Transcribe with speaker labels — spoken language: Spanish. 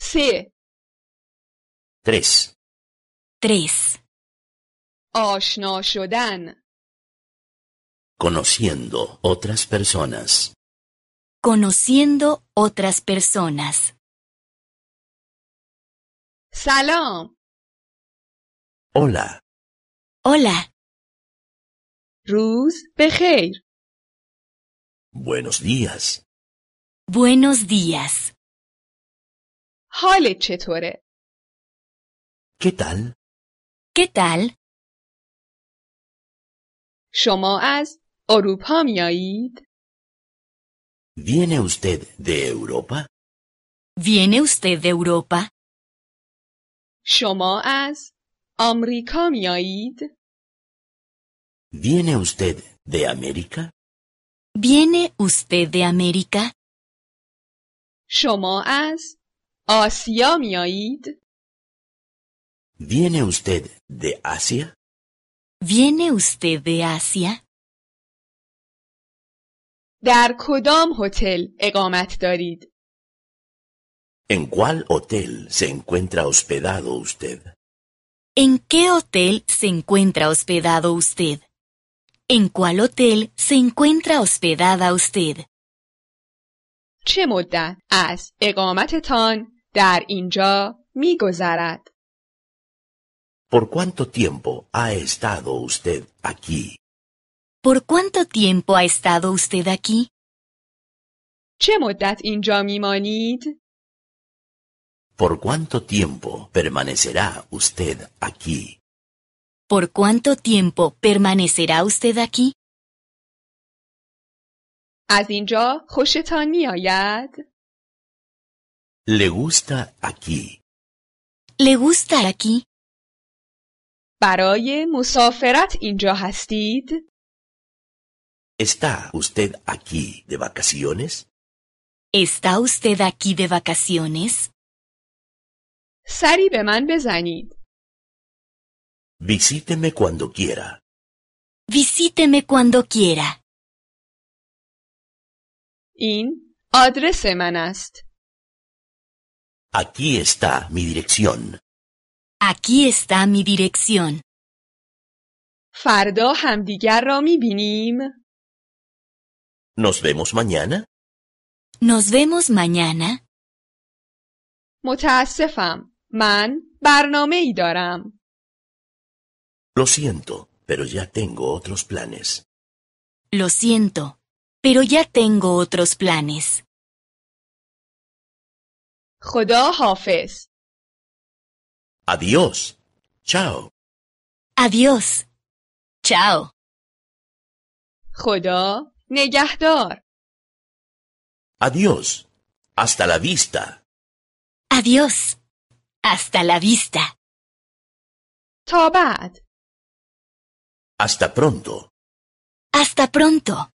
Speaker 1: سه
Speaker 2: Tres.
Speaker 3: 3.
Speaker 1: آشنا شدن
Speaker 2: Conociendo otras personas.
Speaker 3: Conociendo otras personas.
Speaker 1: سلام
Speaker 2: Hola.
Speaker 3: Hola,
Speaker 1: روز بخیر
Speaker 2: Buenos días.
Speaker 3: buenos días.
Speaker 1: حالت چطوره؟
Speaker 2: ¿Qué tal?
Speaker 3: ¿Qué tal?
Speaker 1: شما از اروپا میایید؟
Speaker 2: ¿Viene usted de Europa?
Speaker 3: ¿Viene usted de Europa?
Speaker 1: شما از آمریکا میایید؟
Speaker 2: ¿Viene usted de América?
Speaker 3: ¿Viene usted de América?
Speaker 1: شما از آسیا میایید؟
Speaker 2: ¿Viene usted de Asia?
Speaker 3: ¿Viene usted de Asia?
Speaker 1: در کدام هتل اقامت دارید؟
Speaker 2: ¿En cuál hotel se encuentra hospedado usted?
Speaker 3: ¿En qué hotel se encuentra hospedado usted? ¿En cuál hotel se encuentra hospedada usted?
Speaker 1: چه مدت از اقامتتان در اینجا میگذرد؟
Speaker 2: ¿Por cuánto tiempo ha estado usted aquí?
Speaker 3: ¿Por cuánto tiempo ha estado usted aquí?
Speaker 1: چه مدت اینجا میمانید؟
Speaker 2: ¿Por cuánto tiempo permanecerá usted aquí?
Speaker 3: ¿Por cuánto tiempo permanecerá usted aquí?
Speaker 1: از اینجا خوشتان میآید؟
Speaker 2: ¿Le gusta aquí?
Speaker 3: ¿Le gusta aquí?
Speaker 1: برای مسافرت اینجا هستید؟
Speaker 2: ¿Está usted aquí de vacaciones?
Speaker 3: ¿Está usted aquí de vacaciones?
Speaker 1: سری به من بزنید.
Speaker 2: Visíteme cuando quiera.
Speaker 3: Visíteme cuando quiera.
Speaker 1: این آدرس من است.
Speaker 2: Aquí está mi dirección.
Speaker 3: Aquí está mi dirección.
Speaker 1: فردا همدیگر را میبینیم.
Speaker 2: ¿Nos vemos mañana?
Speaker 3: Nos vemos mañana.
Speaker 1: متاسفم. من برنامه ای دارم.
Speaker 2: Lo siento, pero ya tengo otros planes.
Speaker 3: Lo siento, pero ya tengo otros planes.
Speaker 1: خدا حافظ.
Speaker 2: Adiós. Chao.
Speaker 3: Adiós. Chao.
Speaker 1: خدا نگهدار.
Speaker 2: Adiós. Hasta la vista.
Speaker 3: Adiós. Hasta la vista.
Speaker 1: تا بعد.
Speaker 2: Hasta pronto.
Speaker 3: Hasta pronto.